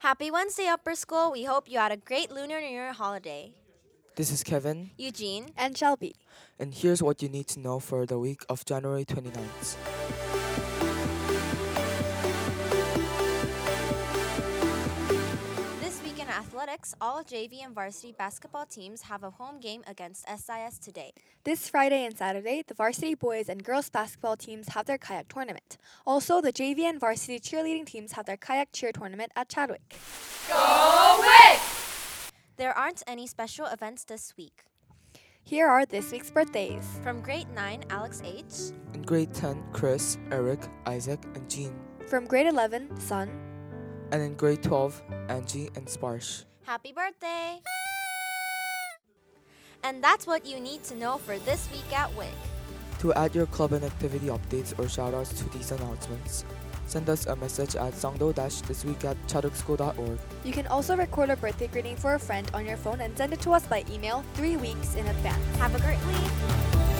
Happy Wednesday, Upper School. We hope you had a great Lunar New Year holiday. This is Kevin, Eugene, and Shelby. and here's what you need to know for the week of January 29th. this week in athletics, all JV and varsity basketball teams have a home game against SIS today. This Friday and Saturday, the varsity boys and girls basketball teams have their kayak tournament. Also, the JV and varsity cheerleading teams have their kayak cheer tournament at Chadwick. There aren't any special events this week. Here are this week's birthdays. From grade 9, Alex H. In grade 10, Chris, Eric, Isaac, and Jean. From grade 11, Sun. And in grade 12, Angie and Sparsh. Happy birthday! And that's what you need to know for this week at WIC. To add your club and activity updates or shoutouts to these announcements, send us a message at songdo-thisweek at chadwickschool.org. You can also record a birthday greeting for a friend on your phone and send it to us by email three weeks in advance. Have a great week!